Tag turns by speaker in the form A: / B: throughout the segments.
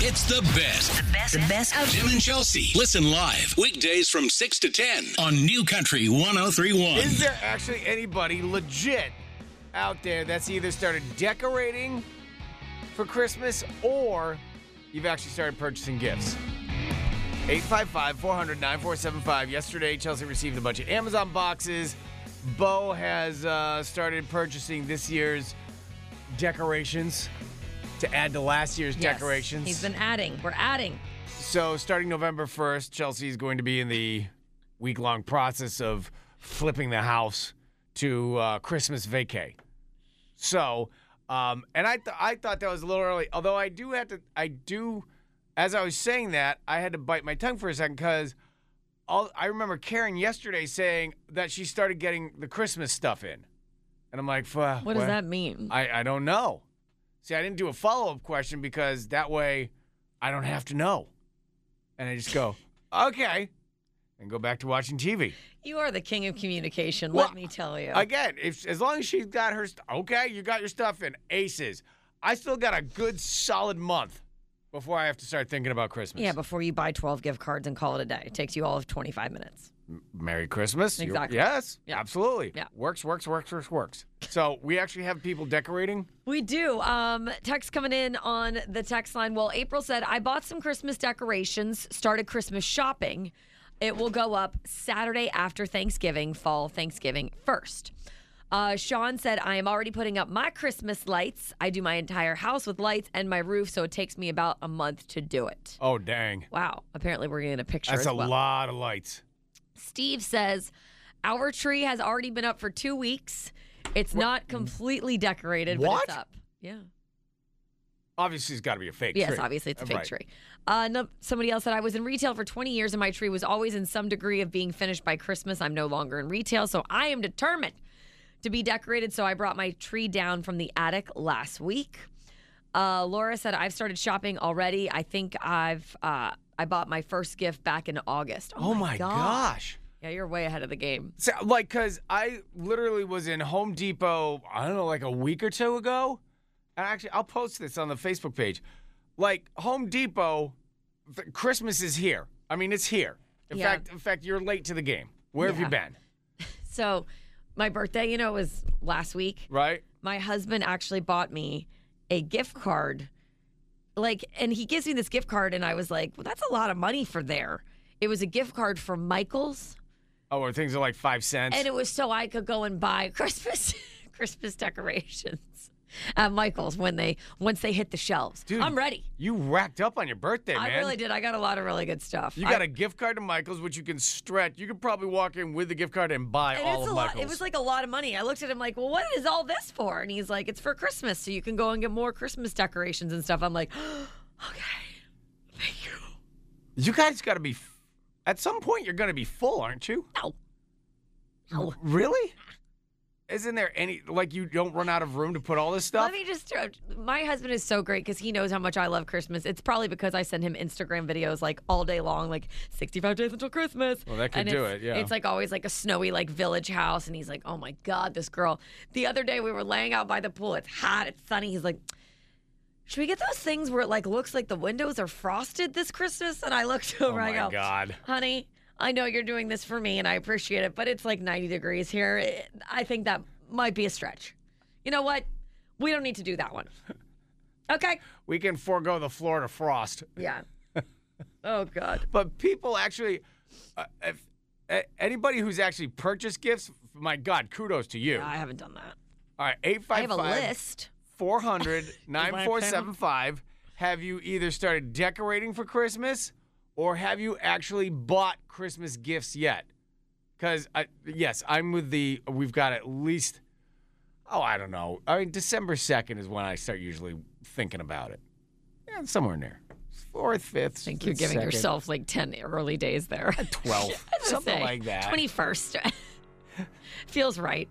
A: It's the best.
B: The best, the best of
A: Jim and Chelsea. Listen live weekdays from 6 to 10 on New Country 1031.
C: Is there actually anybody legit out there that's either started decorating for Christmas or you've actually started purchasing gifts? 855 400 9475. Yesterday, Chelsea received a bunch of Amazon boxes. Bo has uh, started purchasing this year's decorations to add to last year's
D: Yes.
C: decorations.
D: He's been adding. We're adding.
C: So, starting November 1st, Chelsea is going to be in the week long process of flipping the house to uh, Christmas vacay. So, um, and I, th- I thought that was a little early, although I do have to, I do, as I was saying that, I had to bite my tongue for a second because I remember Karen yesterday saying that she started getting the Christmas stuff in. And I'm like, "Fuck,
D: What does that mean?
C: I, I don't know. See, I didn't do a follow up question because that way I don't have to know. And I just go, okay, and go back to watching TV.
D: you are the king of communication.
C: Well,
D: let me tell you.
C: Again, if, as long as she's got her, st- okay, you got your stuff in aces. I still got a good solid month before I have to start thinking about Christmas.
D: yeah, before you buy 12 gift cards and call it a day, it takes you all of 25 minutes.
C: Merry Christmas. You're-
D: Exactly.
C: yes,
D: Yeah.
C: absolutely.
D: Yeah.
C: Works, works, works, works, works. So we actually have people decorating.
D: We do. Um, text coming in on the text line. Well, April said, I bought some Christmas decorations, started Christmas shopping. It will go up Saturday after Thanksgiving, fall Thanksgiving first. Uh, Sean said, I am already putting up my Christmas lights. I do my entire house with lights and my roof, so it takes me about a month to do it.
C: Oh, dang.
D: Wow. Apparently, we're getting a picture.
C: That's
D: as
C: a
D: well.
C: lot of lights.
D: Steve says, Our tree has already been up for two weeks. It's not completely decorated, but
C: What?
D: it's up. Yeah.
C: Obviously, it's got to be a fake
D: Yes,
C: tree.
D: obviously it's a fake
C: Right.
D: tree. Uh, no, somebody else said I was in retail for 20 years, and my tree was always in some degree of being finished by Christmas. I'm no longer in retail, so I am determined to be decorated. So I brought my tree down from the attic last week. Uh, Laura said I've started shopping already. I think I've uh, I bought my first gift back in August.
C: Oh, my,
D: God.
C: gosh.
D: Yeah, you're way ahead of the game.
C: So, like, because I literally was in Home Depot, I don't know, like a week or two ago. And actually, I'll post this on the Facebook page. Like, Home Depot, th- Christmas is here. I mean, it's here. In
D: Yeah.
C: fact, in fact, you're late to the game. Where have you
D: Yeah.
C: been?
D: So my birthday, you know, was last week.
C: Right?
D: my husband actually bought me a gift card. Like, and he gives me this gift card, and I was like, well, that's a lot of money for there. It was a gift card for Michael's,
C: Oh, where things are like five cents.
D: and it was so I could go and buy Christmas Christmas decorations at Michael's when they once they hit the shelves.
C: Dude,
D: I'm ready.
C: you racked up on your birthday,
D: I
C: man.
D: really did. I got a lot of really good stuff.
C: You
D: I-
C: got a gift card to Michael's, which you can stretch. You could probably walk in with the gift card and buy
D: and
C: all
D: it's
C: of
D: a lot.
C: Michael's.
D: It was like a lot of money. I looked at him like, "Well, what is all this for?" And he's like, "It's for Christmas, so you can go and get more Christmas decorations and stuff." I'm like, "Okay, thank you."
C: you guys got to be, f- at some point, you're going to be full, aren't you?
D: No. No.
C: Really? Isn't there any like you don't run out of room to put all this stuff?
D: Let me just throw. My husband is so great because he knows how much I love Christmas. It's probably because I send him Instagram videos like all day long, like 65 days until Christmas.
C: Well, that could
D: and
C: do
D: it's-
C: it, yeah.
D: It's like always like a snowy like village house, and he's like, "Oh my god, this girl." The other day we were laying out by the pool. It's hot. It's sunny. He's like. Should we get those things where it like looks like the windows are frosted this Christmas? And I looked over. I
C: Oh my
D: go,
C: God.
D: honey, I know you're doing this for me, and I appreciate it, but it's like 90 degrees here. It- I think that might be a stretch. You know what? We don't need to do that one. Okay.
C: we can forego the Florida frost.
D: Yeah. Oh God.
C: But people actually, uh, if, a- anybody who's actually purchased gifts, my God, kudos to you.
D: I haven't done that.
C: All right,
D: I have a
C: 855
D: list.
C: 400
D: them?
C: 9475. Have you either started decorating for Christmas or have you actually bought Christmas gifts yet? Because, yes, I'm with the, we've got at least, oh, I don't know. I mean, December 2nd is when I start usually thinking about it. Yeah, it's somewhere near. Fourth, fifth.
D: I think you're giving yourself like 10 early days there.
C: 12th. something like that.
D: 21st. Feels right.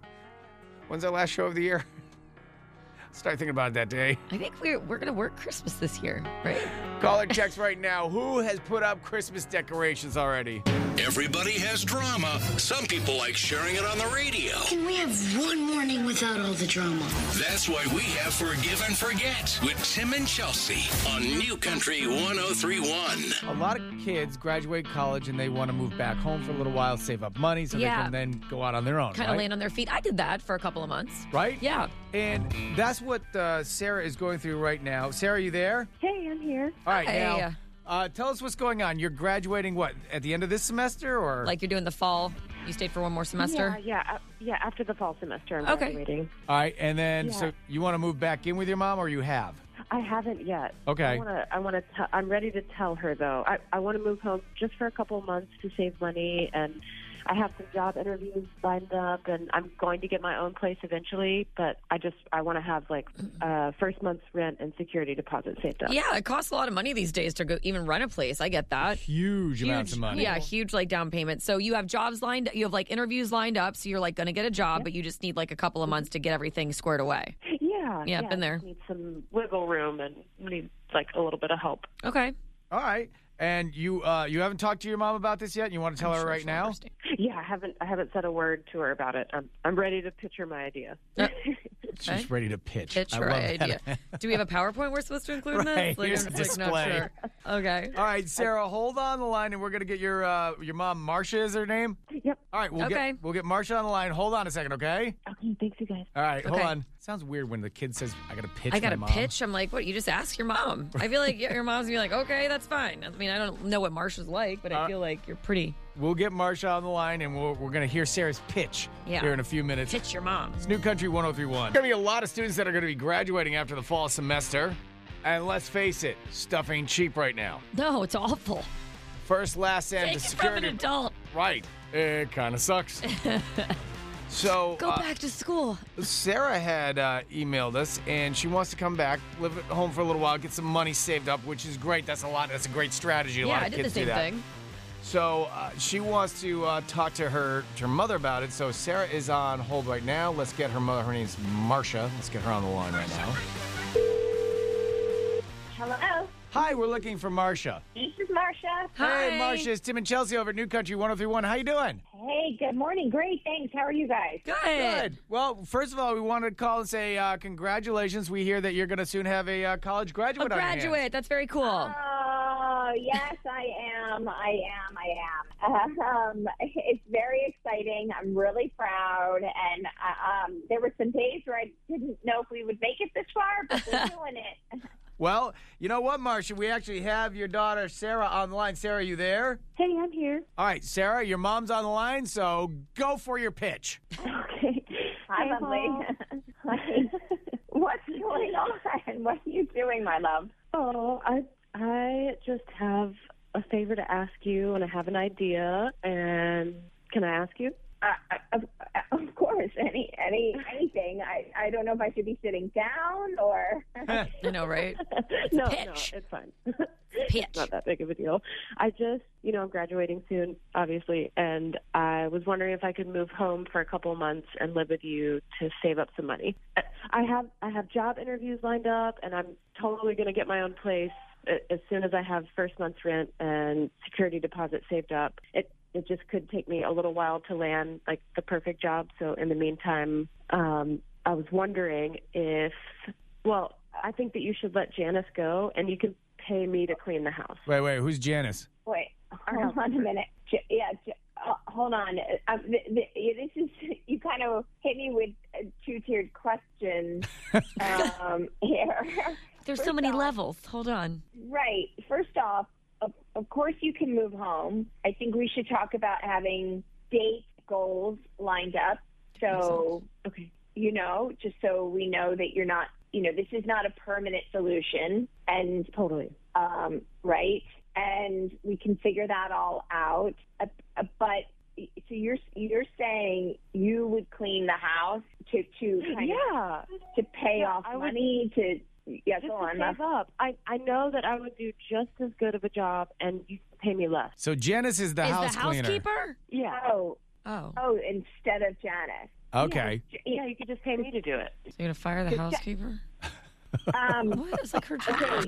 C: When's our last show of the year? Start thinking about it that day.
D: I think we're, we're going to work Christmas this year, right?
C: Caller checks right now. Who has put up Christmas decorations already?
A: Everybody has drama. Some people like sharing it on the radio.
B: Can we have one morning without all the drama?
A: That's why we have Forgive and Forget with Tim and Chelsea on New Country 1031.
C: A lot of kids graduate college and they want to move back home for a little while, save up money so
D: Yeah.
C: they can then go out on their own.
D: Kind of
C: right?
D: land on their feet. I did that for a couple of months.
C: Right?
D: Yeah.
C: And that's what uh, Sarah is going through right now. Sarah, are you there?
E: Hey, I'm here.
C: All right,
D: Hey.
C: now uh, tell us what's going on. You're graduating what at the end of this semester, or
D: Like you're doing the fall. You stayed for one more semester.
E: Yeah, yeah, uh, yeah. After the fall semester, I'm
D: Okay.
E: graduating.
C: all right, and then
E: Yeah.
C: so you want to move back in with your mom, or you have?
E: I haven't yet.
C: Okay.
E: I want to. I want to. I'm ready to tell her though. I I want to move home just for a couple of months to save money, and I have some job interviews lined up, and I'm going to get my own place eventually. But I just I want to have like uh, first month's rent and security deposit saved up.
D: Yeah, it costs a lot of money these days to go even rent a place. I get that.
C: Huge, amounts of money.
D: Yeah, huge like down payment. So you have jobs lined you have like interviews lined up, so you're like gonna get a job, but you just need like a couple of months to get everything squared away.
E: Yeah.
D: Yeah, been
E: I
D: there.
E: just Need some wiggle room and need like a little bit of help.
D: Okay.
C: All right, and you uh, you haven't talked to your mom about this yet. and You want to tell her right now?
E: Yeah, I haven't. I haven't said a word to her about it. I'm I'm ready to pitch her my idea.
D: Uh, Okay.
C: She's ready to pitch.
D: Pitch
C: I
D: her
C: love that.
D: idea. Do we have a PowerPoint we're supposed to include in
C: Right,
D: this?
C: here's
D: I'm
C: a
D: just, like, not
C: display.
D: sure. Okay.
C: All right, Sarah, hold on the line, and we're gonna get your uh, your mom. Marcia is her name.
E: Yep.
C: All right, we'll
D: Okay.
C: get we'll get Marcia on the line. Hold on a second, okay?
E: Okay. Thanks, you guys.
C: All right, hold
D: Okay.
C: on. Sounds weird when the kid says, "I gotta pitch."
D: I
C: my
D: got a
C: mom."
D: pitch. I'm like, what? You just ask your mom. I feel like your mom's gonna be like, okay, that's fine. I mean, I don't know what Marsha's like, but I
C: Uh,
D: feel like you're pretty.
C: We'll get Marsha on the line, and we'll, we're going to hear Sarah's pitch
D: Yeah.
C: here in a few minutes.
D: Pitch your mom.
C: It's New Country 1031. Going to be a lot of students that are going to be graduating after the fall semester. And let's face it, stuff ain't cheap right now.
D: No, it's awful.
C: First, last, and
D: Take
C: the
D: it from an
C: security.
D: adult.
C: right. It kind of sucks. so,
D: Go
C: uh,
D: back to school.
C: Sarah had uh, emailed us, and she wants to come back, live at home for a little while, get some money saved up, which is great. That's a lot. That's a great strategy. A
D: yeah,
C: lot of
D: I did the
C: kids do
D: same
C: that.
D: thing.
C: So uh, she wants to uh, talk to her to her mother about it. So Sarah is on hold right now. Let's get her mother. Her name's Marsha. Let's get her on the line right now.
F: Hello,
C: Hi, we're looking for Marsha.
F: this is Marcia.
D: Hi,
C: Hey, Marsha. It's Tim and Chelsea over at New Country 1031. How you doing?
F: Hey, good morning. Great, thanks. How are you guys?
D: Good.
C: Well, first of all, we wanted to call and say uh, congratulations. We hear that you're going to soon have a uh, college graduate
D: A
C: on your hands. Ah.
D: graduate. That's very cool.
F: Oh, yes, I am. I am. I am. Um, it's very exciting. I'm really proud. And uh, um, there were some days where I didn't know if we would make it this far, but we're doing it.
C: Well, you know what, Marsha? We actually have your daughter, Sarah, on the line. Sarah, you there?
E: Hey, I'm here.
C: All right, Sarah, your mom's on the line, so go for your pitch.
F: Okay. Hi,
E: Hey,
F: lovely. Hi. What's going on? What are you doing, my love?
E: Oh, I I just have a favor to ask you, and I have an idea. And can I ask you?
F: Uh, of, of course, any any anything. I I don't know if I should be sitting down or.
D: I know, right?
E: no, no,
D: pitch.
E: it's fine.
D: Pitch.
E: Not that big of a deal. I just, you know, I'm graduating soon, obviously, and I was wondering if I could move home for a couple months and live with you to save up some money. I- I have I have job interviews lined up, and I'm totally going to get my own place a- as soon as I have first month's rent and security deposit saved up. It it just could take me a little while to land like the perfect job. So in the meantime, um, I was wondering if well, I think that you should let Janice go, and you can pay me to clean the house.
C: Wait, wait, who's Janice?
F: Wait, hold on a minute. J- yeah, j- uh, hold on. Um, th- th- yeah, this is you kind of hit me with a two-tiered question um, here.
D: There's so
F: First
D: many
F: off-
D: levels. Hold on.
F: right. First off, of, of course you can move home. I think we should talk about having date goals lined up. So
E: Okay.
F: you know, just so we know that you're not, you know, this is not a permanent solution, and
E: Totally.
F: um, right? And we can figure that all out. Uh, uh, but so you're you're saying you would clean the house to to kind
E: Yeah.
F: of, to pay
E: Yeah,
F: off
E: I would-
F: money to yeah
E: Just
F: go
E: to
F: on. love.
E: save up. I, I know that I would do just as good of a job, and you pay me less. Uh,
C: So Janice is the
D: Is
C: house
D: the
C: cleaner.
D: housekeeper?
E: Yeah.
F: Oh
D: Oh. So
F: oh, instead of Janice.
C: Okay.
F: J-
E: Yeah, you could just pay me to do it.
D: you're going to fire the housekeeper?
F: Um,
D: What? It's like her job.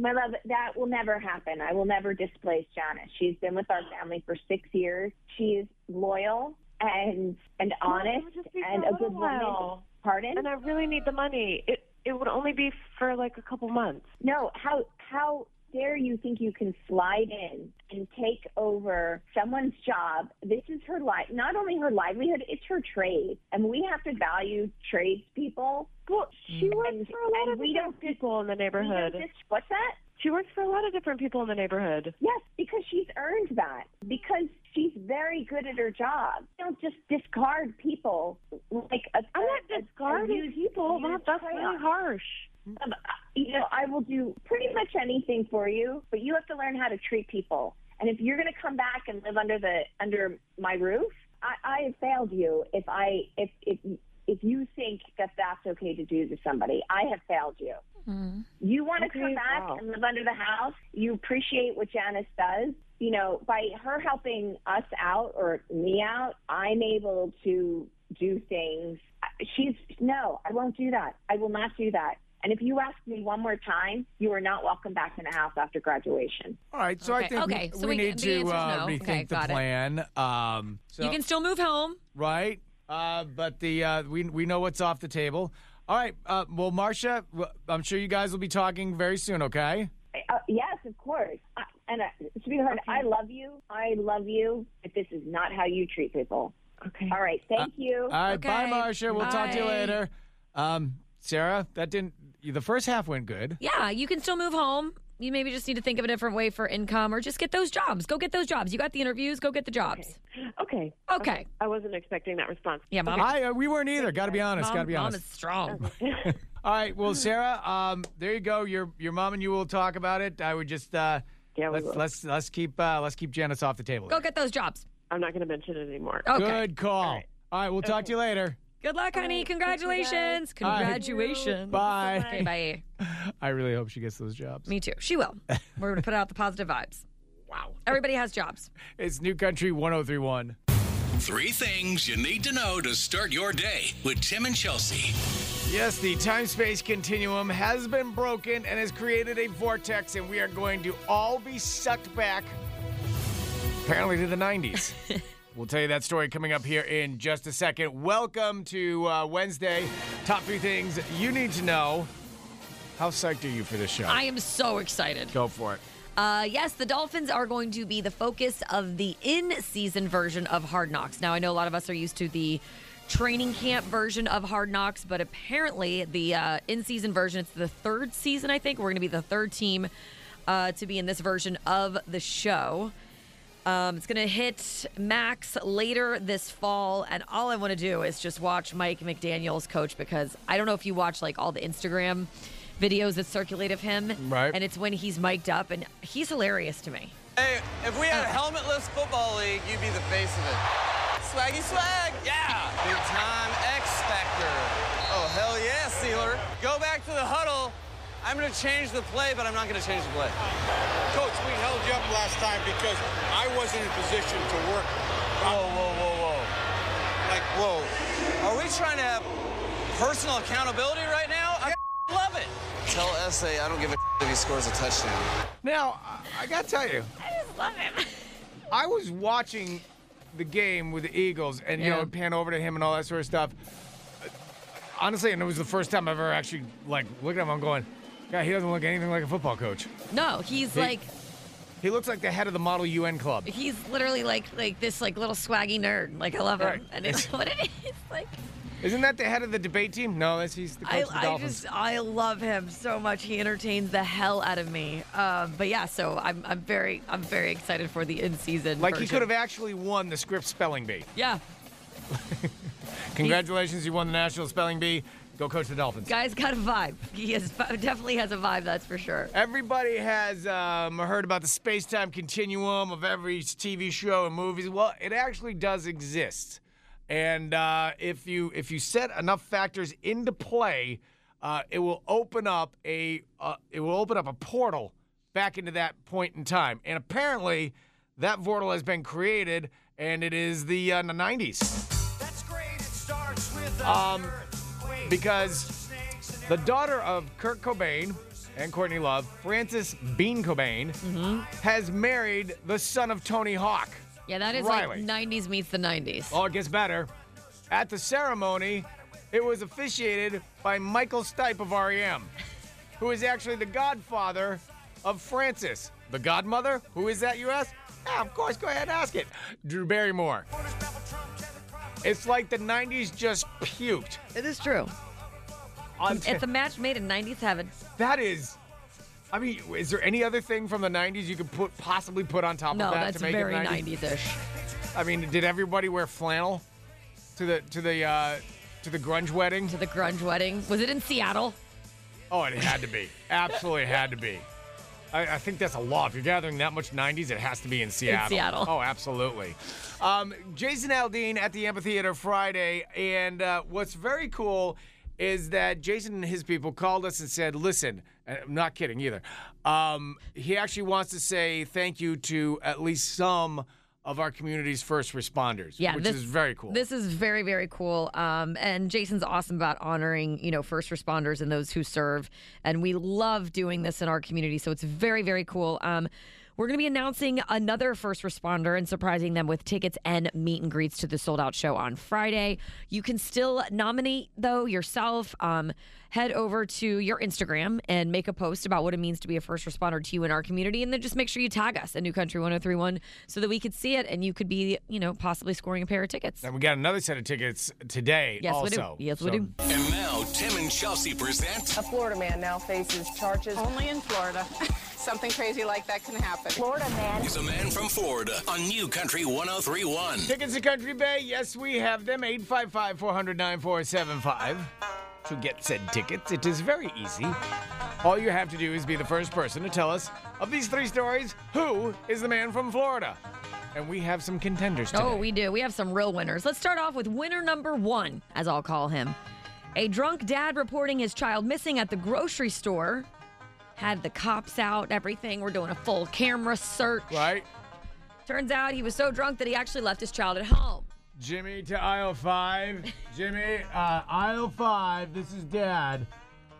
F: My love, that will never happen. I will never displace Jana. She's been with our family for six years. She is loyal and and honest
E: would just be for
F: and
E: a
F: a good
E: little
F: woman.
E: while.
F: Pardon?
E: And I really need the money. It it would only be for like a couple months.
F: No, how how dare you think you can slide in and take over someone's job? This is her life, not only her livelihood, it's her trade, and we have to value tradespeople.
E: Well, she works
F: And-
E: for a lot
F: and
E: of
F: we
E: different
F: don't-
E: people in the
F: We don't
E: neighborhood.
F: just- What's that?
E: She works for a lot of different people in the neighborhood.
F: Yes, because she's earned that. Because she's very good at her job. You don't just discard people like a,
E: I'm
F: a- a- a
E: not discarding
F: used-
E: people.
F: used
E: Mom, that's
F: crayon.
E: really harsh.
F: Um, I- You know, I will do pretty much anything for you, but you have to learn how to treat people. And if you're going to come back and live under the under my roof, I, I have failed you. If I if if if you think that that's okay to do to somebody, I have failed you. You want to
E: Okay,
F: come back
E: wow.
F: and live under the house. You appreciate what Janice does. You know, by her helping us out or me out, I'm able to do things. She's, no, I won't do that. I will not do that. And if you ask me one more time, you are not welcome back in the house after graduation.
C: All right, so I
D: Okay,
C: think
D: okay,
C: we,
D: so
C: we
D: we-
C: need
D: the
C: to
D: answer's
C: uh,
D: no.
C: rethink
D: Okay,
C: the
D: got it.
C: plan. Um, so-
D: You can still move home.
C: right? Uh, but the uh, we we know what's off the table. All right. Uh, well, Marcia, w- I'm sure you guys will be talking very soon. Okay.
F: Uh, yes, of course. I, and uh, sweetheart, I love you. I love you. But this is not how you treat people.
E: Okay. Uh,
F: All right. Thank you.
C: All right. Bye,
D: Okay,
C: Marcia. We'll talk to you
D: bye.
C: later. Um, Sarah, that didn't. The first half went good.
D: Yeah, you can still move home. You maybe just need to think of a different way for income or just get those jobs. Go get those jobs. You got the interviews, go get the jobs.
E: Okay.
D: Okay.
E: I wasn't expecting that response.
D: Yeah, mom.
C: I uh, we weren't either. Got to be honest. Got to
D: Mom,
C: be
D: mom
C: honest.
D: is strong.
C: All right. Well, Sarah, um, there you go. Your your mom and you will talk about it. I would just uh,
E: Yeah, we
C: let's
E: will.
C: let's let's keep uh, let's keep Janice off the table.
D: Go get those jobs.
E: I'm not going to mention it anymore.
D: Okay.
C: Good call. All right. We'll talk to you later.
D: Good luck, honey. Congratulations.
C: All right.
D: Congratulations.
C: Bye.
D: Okay, bye.
C: I really hope she gets those jobs.
D: Me too. She will. We're going to put out the positive vibes. Wow. Everybody has jobs.
C: It's New Country 1031.
A: Three things you need to know to start your day with Tim and Chelsea.
C: Yes, the time space continuum has been broken and has created a vortex, and we are going to all be sucked back, apparently, to the 90s. we'll tell you that story coming up here in just a second. Welcome to uh, Wednesday. Top three things you need to know. How psyched are you for this show?
D: I am so excited.
C: Go for it.
D: Uh, yes, the Dolphins are going to be the focus of the in season version of Hard Knocks. Now, I know a lot of us are used to the training camp version of Hard Knocks, but apparently the uh, in season version, it's the third season, I think. We're going to be the third team uh, to be in this version of the show. Um, it's going to hit Max later this fall, and all I want to do is just watch Mike McDaniel's coach because I don't know if you watch like all the Instagram videos that circulate of him,
C: Right.
D: And it's when he's mic'd up, and he's hilarious to me.
G: Hey, if we had a helmetless football league, you'd be the face of it. Swaggy swag, yeah! Big time X Factor. Oh, hell yeah, Sealer. Go back to the huddle. I'm gonna change the play, but I'm not gonna change the play.
H: Coach, we held you up last time because I wasn't in position to work.
G: Whoa, whoa, whoa, whoa.
H: Like, whoa.
G: Are we trying to have personal accountability right now? I love it. Tell SA I don't give a if he scores a touchdown.
C: Now, I- I got to tell you, I was watching the game with the Eagles and, you
D: Yeah.
C: know, it pan over to him and all that sort of stuff. Honestly, and it was the first time I've ever actually, like, looking at him, I'm going, God, he doesn't look anything like a football coach.
D: No, he's like
C: He looks like the head of the Model UN Club.
D: he's literally like like this like little swaggy nerd. Like I love
C: Right.
D: him, and it's what it is. Like
C: Isn't that the head of the debate team? No, that's he's the coach
D: I,
C: of the
D: I
C: Dolphins.
D: just I love him so much. He entertains the hell out of me. Um, but yeah, so I'm I'm very I'm very excited for the in season.
C: like, he could have actually won the script spelling bee.
D: Yeah,
C: Congratulations, you won the National Spelling Bee. Go coach the Dolphins.
D: guy's got a vibe. He has definitely has a vibe. That's for sure.
C: Everybody has um, heard about the space time continuum of every TV show and movies. Well, it actually does exist, and uh, if you if you set enough factors into play, uh, it will open up a uh, it will open up a portal back into that point in time. And apparently, that portal has been created, and it is the uh, 90s
I: That's great. It starts
C: Um,
I: with
C: because the daughter of Kurt Cobain and Courtney Love, Francis Bean Cobain has married the son of Tony Hawk.
D: Yeah, that is
C: Riley.
D: like 90s meets the 90s.
C: Oh, it gets better. At the ceremony, it was officiated by Michael Stipe of REM, who is actually the godfather of Francis. The godmother? Who is that, you ask? Ah, of course, go ahead and ask it. Drew Barrymore. It's like the 90s just puked.
D: It is true.
C: on
D: It's a match made in 90s heaven.
C: That is. I mean, is there any other thing from the '90s you could put possibly put on top
D: No,
C: of that
D: that's
C: to make
D: very
C: it 90s?
D: 90s ish.
C: I mean, did everybody wear flannel to the to the uh, to the grunge wedding?
D: To the grunge wedding. Was it in Seattle?
C: Oh, it had to be. Absolutely had to be. I, I think that's a law. If you're gathering that much 90s, it has to be in Seattle.
D: Seattle.
C: Oh, absolutely. Um, Jason Aldean at the Amphitheater Friday. And uh, what's very cool is that Jason and his people called us and said, listen, and I'm not kidding either. Um, he actually wants to say thank you to at least some of our community's first responders,
D: Yeah,
C: which
D: this-
C: is very cool.
D: This is very, very cool. Um, and Jason's awesome about honoring, you know, first responders and those who serve. And we love doing this in our community. So it's very, very cool. Um, we're going to be announcing another first responder and surprising them with tickets and meet and greets to the sold out show on Friday. You can still nominate, though, yourself. Um, head over to your Instagram and make a post about what it means to be a first responder to you in our community. And then just make sure you tag us at New Country 1031 so that we could see it and you could be, you know, possibly scoring a pair of tickets.
C: and we got another set of tickets today
D: Yes, we do.
C: also.
D: Yes, we
C: So
D: do.
A: And now, Tim and Chelsea present
I: A Florida man now faces charges.
J: Only in Florida. Something crazy like that can happen.
I: Florida man.
A: is a man from Florida on New Country 1031.
C: Tickets to Country Bay, yes, we have them. 855 400 9475. To get said tickets, it is very easy. All you have to do is be the first person to tell us of these three stories who is the man from Florida? And we have some contenders today.
D: Oh, we do. We have some real winners. Let's start off with winner number one, as I'll call him. A drunk dad reporting his child missing at the grocery store. Had the cops out, everything. We're doing a full camera search.
C: Right?
D: Turns out he was so drunk that he actually left his child at home.
C: Jimmy to aisle five. Jimmy, uh, aisle five. This is Dad.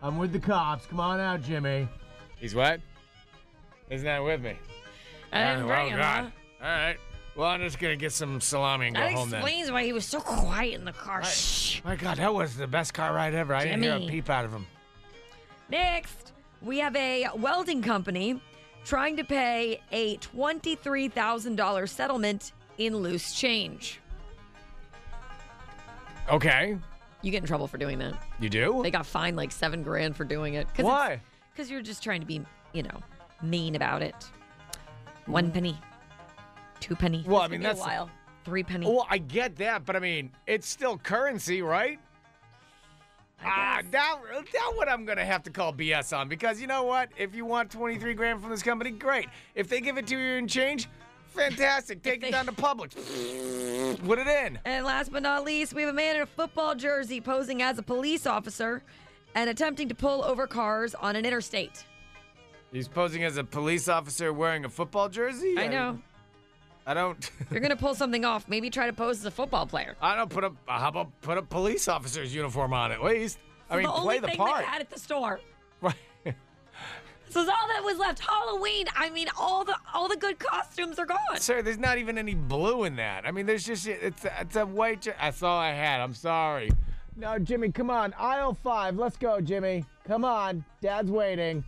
C: I'm with the cops. Come on out, Jimmy. He's what? Isn't that with me?
D: I
C: oh,
D: didn't bring
C: well,
D: him,
C: God.
D: huh?
C: All right. Well, I'm just gonna get some salami and go
D: That
C: home then.
D: explains why he was so quiet in the car. Shh.
C: My God, that was the best car ride ever. I didn't hear a
D: Jimmy.
C: peep out of him.
D: Next, we have a welding company trying to pay a $23,000 settlement in loose change.
C: Okay,
D: You get in trouble for doing that.
C: you do.
D: They got fined like seven grand for doing it. Cause
C: Why?
D: Because you're just trying to be, you know, mean about it. One penny, two penny.
C: Mm. Well, I
D: It's
C: mean,
D: gonna be
C: that's-
D: a while. Three penny.
C: Well, I get that, but I mean, it's still currency, right? Ah, that that what I'm gonna have to call BS on because you know what? If you want 23 grand from this company, great. If they give it to you in change, fantastic. Take
D: they-
C: it down to Publix. Put it in.
D: And last but not least, we have a man in a football jersey posing as a police officer and attempting to pull over cars on an interstate.
C: He's posing as a police officer wearing a football jersey.
D: I know.
C: I don't.
D: You're going to pull something off. Maybe try to pose as a football player.
C: I don't put a how about put a police officer's uniform on at least. I mean,
D: the only
C: play the
D: thing
C: part.
D: they had at the store.
C: Right.
D: This is all that was left. Halloween. I mean, all the all the good costumes are gone.
C: Sir, there's not even any blue in that. I mean, there's just it's it's a white. jer- That's all I had. I'm sorry. No, Jimmy, come on. Aisle five. Let's go, Jimmy. Come on. Dad's waiting.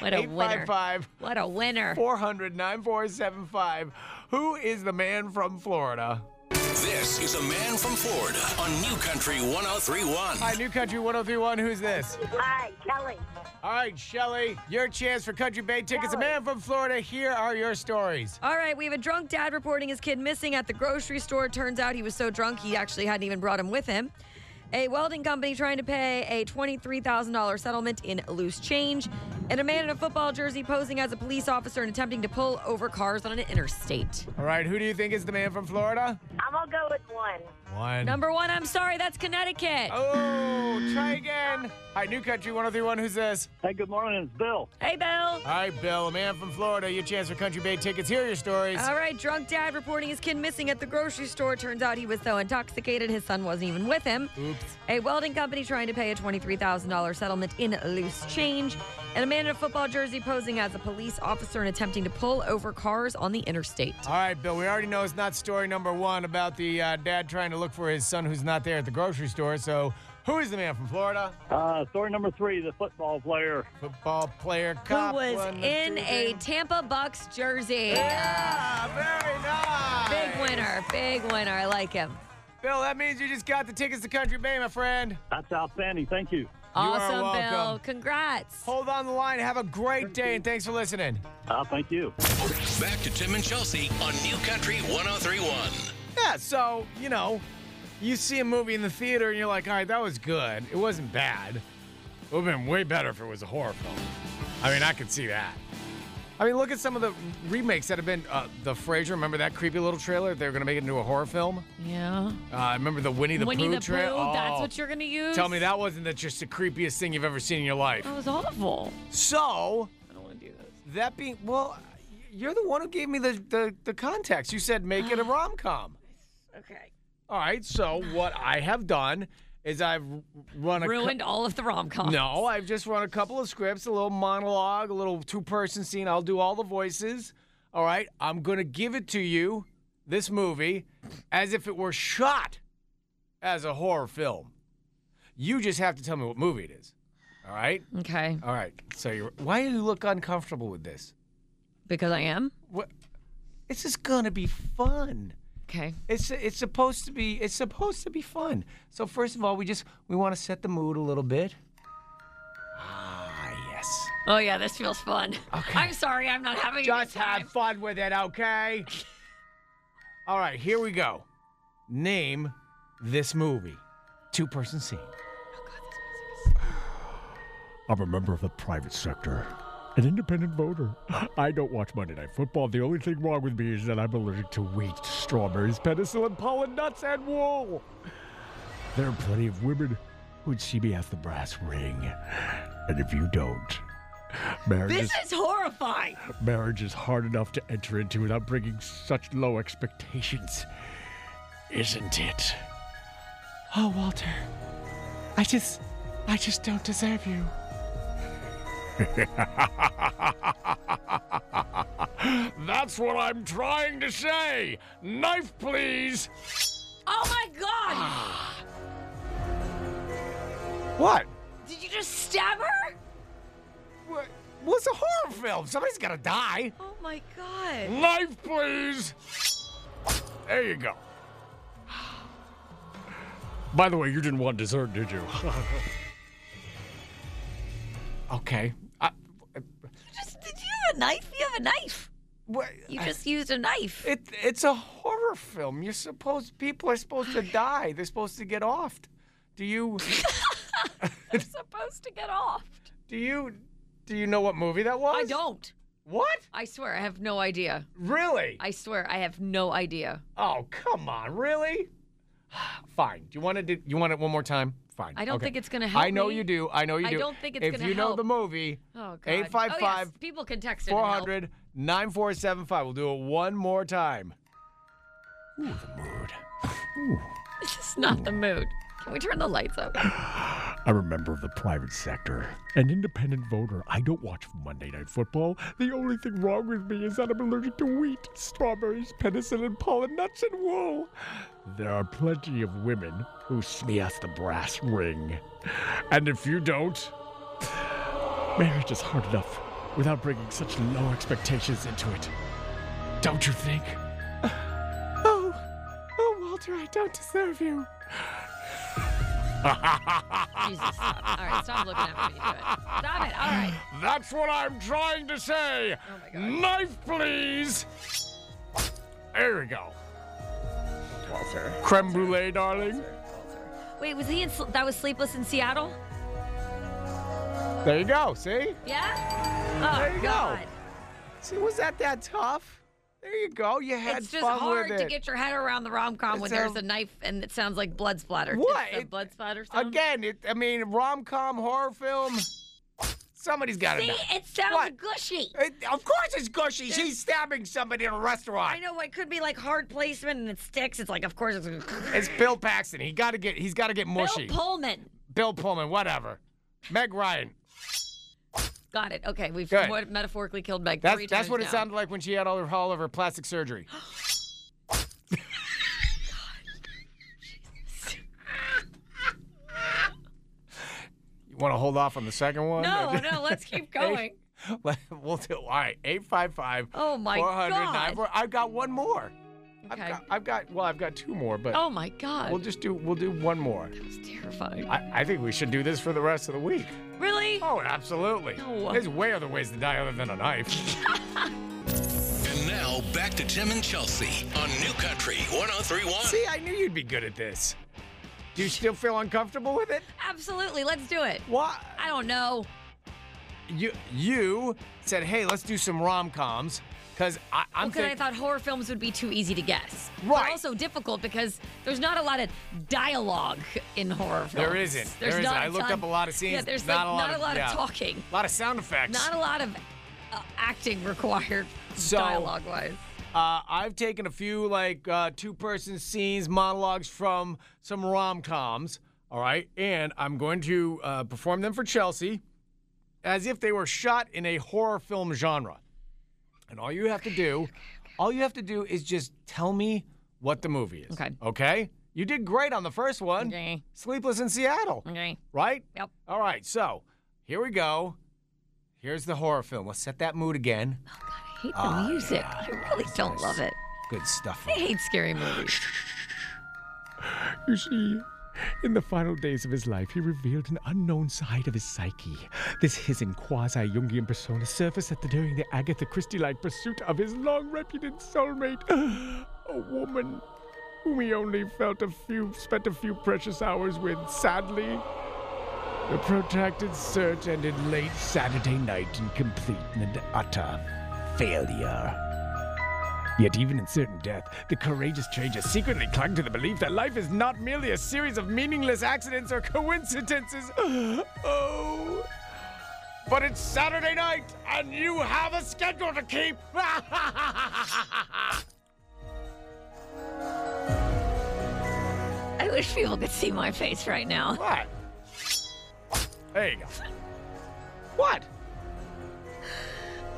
D: What a winner!
C: 855
D: What a winner!
C: 400 9475. Who is the man from Florida?
A: This is a man from Florida on New Country 1031.
C: Hi, New Country 1031. Who's this?
I: Hi, Kelly.
C: All right, Shelly, your chance for Country Bay tickets. A
I: Shelley.
C: man from Florida. Here are your stories.
D: All right, we have a drunk dad reporting his kid missing at the grocery store. Turns out he was so drunk he actually hadn't even brought him with him. A welding company trying to pay a $23,000 settlement in loose change. And a man in a football jersey posing as a police officer and attempting to pull over cars on an interstate.
C: All right, who do you think is the man from Florida?
I: I'm I'll go with one.
C: One.
D: Number one, I'm sorry, that's Connecticut.
C: Oh, try again. Hi, New Country 1031. Who's this?
K: Hey, good morning. It's Bill.
D: Hey, Bill.
C: Hi, Bill, a man from Florida. Your chance for Country Bay tickets. Here are your stories.
D: All right, drunk dad reporting his kid missing at the grocery store. Turns out he was so intoxicated his son wasn't even with him.
C: Oops.
D: A welding company trying to pay a $23,000 settlement in loose change. And a man in a football jersey posing as a police officer and attempting to pull over cars on the interstate.
C: All right, Bill, we already know it's not story number one about the uh, dad trying to look for his son who's not there at the grocery store. So, who is the man from Florida?
K: Uh, story number three, the football player.
C: Football player,
D: Who
C: cop.
D: was
C: one,
D: in
C: two,
D: a
C: three.
D: Tampa Bucks jersey.
C: Yeah, very nice.
D: Big winner, big winner. I like him.
C: Bill, that means you just got the tickets to Country Bay, my friend.
K: That's outstanding. Thank you.
C: are
D: Awesome, Bill.
C: welcome.
D: Congrats.
C: Hold on the line. Have a great day, and thanks for listening.
K: Uh, thank you.
A: Back to Tim and Chelsea on New Country 1031.
C: Yeah, so, you know, you see a movie in the theater and you're like, all right, that was good. It wasn't bad. It would have been way better if it was a horror film. I mean, I could see that. I mean, look at some of the remakes that have been. Uh, the Frasier, remember that creepy little trailer? They were going to make it into a horror film.
D: Yeah.
C: Uh, remember the Winnie the
D: Winnie
C: Pooh
D: the Pooh,
C: trailer?
D: that's what you're going to use?
C: Oh. Tell me that wasn't the, just the creepiest thing you've ever seen in your life.
D: That was awful.
C: So,
D: I don't want to do this.
C: that being, well, you're the one who gave me the, the, the context. You said make it a rom com.
D: Okay.
C: All right. So what I have done is I've run a cou-
D: Ruined all of the rom com.
C: no, I've just run a couple of scripts, a little monologue, a little two-person scene. I'll do all the voices. All right. I'm gonna give it to you, this movie, as if it were shot as a horror film. You just have to tell me what movie it is. All right.
D: Okay.
C: All right. So you're, why do you look uncomfortable with this?
D: Because I am?
C: What? This is gonna be fun.
D: Okay.
C: It's it's supposed to be it's supposed to be fun. So first of all, we just we want to set the mood a little bit. Ah, yes.
D: Oh, yeah, this feels fun. Okay. I'm sorry, I'm not having a
C: Just
D: good time.
C: have fun with it, okay? all right, here we go. Name this movie. Two person scene.
L: I'm a member of the private sector, an independent voter. I don't watch Monday Night Football. The only thing wrong with me is that I'm allergic to wheat, strawberries, penicillin, pollen, nuts, and wool. There are plenty of women who'd see me as the brass ring. And if you don't, marriage
D: This
L: is,
D: is horrifying.
L: marriage is hard enough to enter into without bringing such low expectations, isn't it?
C: Oh, Walter. I just I just don't deserve you.
L: That's what I'm trying to say. Knife, please.
D: Oh, my God.
C: What?
D: Did you just stab her?
C: What? What's a horror film? Somebody's gotta die.
D: Oh, my God.
L: Knife, please. There you go. By the way, you didn't want dessert, did you?
C: Okay. I,
D: You just, did you have a knife? You have a knife.
C: what,
D: You just used a knife.
C: It, it's a horror film. You're supposed people are supposed to die. They're supposed to get offed. Do you
D: You're supposed to get off.
C: do you do you know what movie that was?
D: I don't.
C: What?
D: I swear, I have no idea.
C: Really?
D: I swear, I have no idea.
C: oh, come on, really? Fine. Do you want to do you want it one more time? Fine.
D: I don't
C: Okay.
D: think it's gonna help
C: I know
D: me.
C: you do. I know you
D: I
C: do.
D: don't think it's
C: if
D: gonna
C: you know
D: help.
C: the movie,
D: Oh, God. oh,
C: 855
D: yes. People can text it. and help.
C: 400 9475. We'll do it one more time. Ooh, the mood.
D: This is not the mood. Can we turn the lights up?
L: I'm a member of the private sector, an independent voter. I don't watch Monday Night Football. The only thing wrong with me is that I'm allergic to wheat, strawberries, penicillin, pollen, nuts, and wool. There are plenty of women who see us the brass ring. And if you don't, marriage is hard enough without bringing such low expectations into it. Don't you think? Oh, oh, Walter, I don't deserve you.
D: Jesus, stop. All right, stop looking at me. Stop it. All right.
L: That's what I'm trying to say.
D: Oh my God.
L: Knife, please. There we go.
D: Walter.
L: Creme brulee, darling.
D: Wait, was he in? Sl- that was Sleepless in Seattle.
C: There you go. See?
D: Yeah. Oh
C: There you go.
D: God.
C: See, was that that tough? There you go. You had
D: it's just
C: fun
D: hard
C: with
D: to
C: it.
D: get your head around the rom com
C: It
D: when there's
C: sounds-
D: a knife and it sounds like blood splatter.
C: What?
D: It's a
C: It-
D: blood splatter sound.
C: Again, it, I mean, rom com horror film. Somebody's got
D: See,
C: know.
D: it sounds
C: What?
D: gushy.
C: It- of course it's gushy. She's stabbing somebody in a
D: I
C: restaurant.
D: know it could be like hard placement and it sticks. It's like, of course, it's
C: It's Bill Paxton. He got to get. He's got to get mushy.
D: Bill Pullman.
C: Bill Pullman. Whatever. Meg Ryan.
D: Got it. Okay, we've
C: Good.
D: what, metaphorically killed Meg
C: That's
D: three
C: that's
D: times
C: what
D: now.
C: it sounded like when she had all her all of her plastic surgery. You want to hold off on the second one?
D: No, no, let's keep going.
C: Let- we'll do. All right, eight five five.
D: Oh my God.
C: I've got one more.
D: Okay.
C: I've got, I've got. Well, I've got two more, but
D: Oh my God.
C: we'll just do. We'll do one more.
D: it's terrifying.
C: I, I think we should do this for the rest of the week.
D: really?
C: Oh, absolutely.
D: No.
C: There's way other ways to die other than a knife.
A: And now back to Tim and Chelsea on New Country 1031.
C: See, I knew you'd be good at this. Do you still feel uncomfortable with it?
D: Absolutely. Let's do it.
C: Why?
D: I don't know.
C: You you said, hey, let's do some rom coms, because I'm
D: Because I
C: thinking.
D: thought horror films would be too easy to guess.
C: Right.
D: But also difficult because there's not a lot of dialogue in horror films.
C: There isn't.
D: There's
C: There isn't.
D: not
C: I
D: a
C: looked
D: ton-
C: up a lot of scenes.
D: Yeah, there's like,
C: Not a lot
D: not
C: of-
D: a lot
C: yeah.
D: of talking.
C: a lot of sound effects.
D: Not a lot of uh, acting required
C: So-
D: dialogue wise.
C: Uh, I've taken a few like uh, two-person scenes, monologues from some rom-coms. All right, and I'm going to uh, perform them for Chelsea, as if they were shot in a horror film genre. And all you have to do, all you have to do is just tell me what the movie is.
D: Okay.
C: Okay. You did great on the first one.
D: Okay.
C: Sleepless in Seattle.
D: Okay.
C: Right.
D: Yep.
C: All right. So here we go. Here's the horror film. Let's set that mood again.
D: I hate the
C: Ah,
D: music. I really don't love it.
C: Good stuff.
D: I hate scary movies.
L: You see, in the final days of his life, he revealed an unknown side of his psyche. This hissing quasi Jungian persona surfaced at the, during the Agatha Christie like pursuit of his long reputed soulmate, a woman whom he only felt a few, spent a few precious hours with. Sadly, the protracted search ended late Saturday night in complete and utter failure. Yet, even in certain death, the courageous stranger secretly clung to the belief that life is not merely a series of meaningless accidents or coincidences. Oh. But it's Saturday night, and you have a schedule to keep.
D: I wish people could see my face right now.
C: what? There you go. What?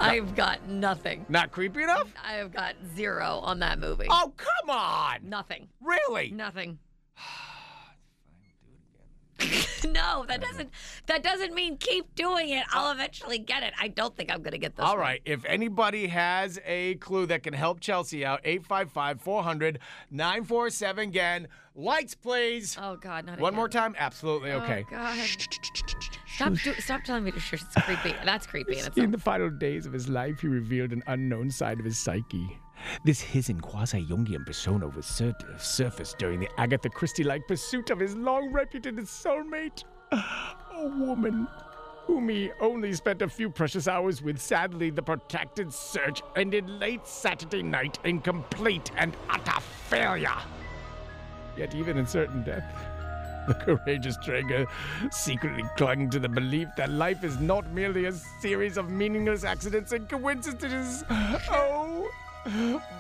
D: I've got nothing.
C: Not creepy enough?
D: I have got zero on that movie.
C: Oh, come on.
D: Nothing.
C: Really?
D: Nothing. no, that doesn't. That doesn't mean keep doing it. I'll eventually get it. I don't think I'm gonna get this.
C: All
D: one.
C: right. If anybody has a clue that can help Chelsea out, 855 400 947 GAN. E Lights, please.
D: Oh God, not
C: One
D: again.
C: more time? Absolutely
D: Oh,
C: okay.
D: God. Stop, do, stop telling me to shush. It's creepy. That's creepy in
L: In
D: itself.
L: the final days of his life, he revealed an unknown side of his psyche. This hissing quasi Jungian persona was sur- surfaced during the Agatha Christie like pursuit of his long reputed soulmate, a woman whom he only spent a few precious hours with. Sadly, the protracted search ended late Saturday night in complete and utter failure. Yet, even in certain death, the courageous Traeger secretly clung to the belief that life is not merely a series of meaningless accidents and coincidences. Oh,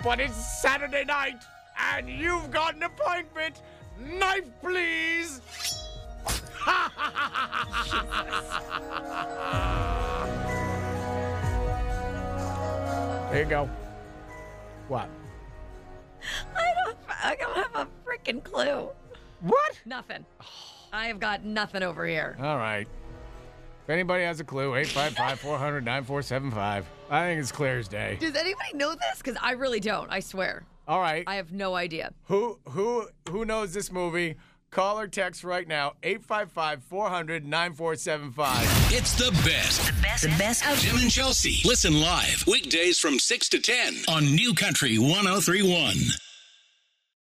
L: but it's Saturday night and you've got an appointment. Knife, please. there you go. What?
D: I don't. I don't have a freaking clue.
C: What?
D: Nothing. I have got nothing over here.
C: All right. If anybody has a clue, 855 400 9475. I think it's clear as day.
D: Does anybody know this? Because I really don't. I swear.
C: All right.
D: I have no idea.
C: Who who who knows this movie? Call or text right now 855 400 9475.
A: It's the best. The best. The best. Tim and oh Chelsea. Listen live weekdays from 6 to 10 on New Country 1031.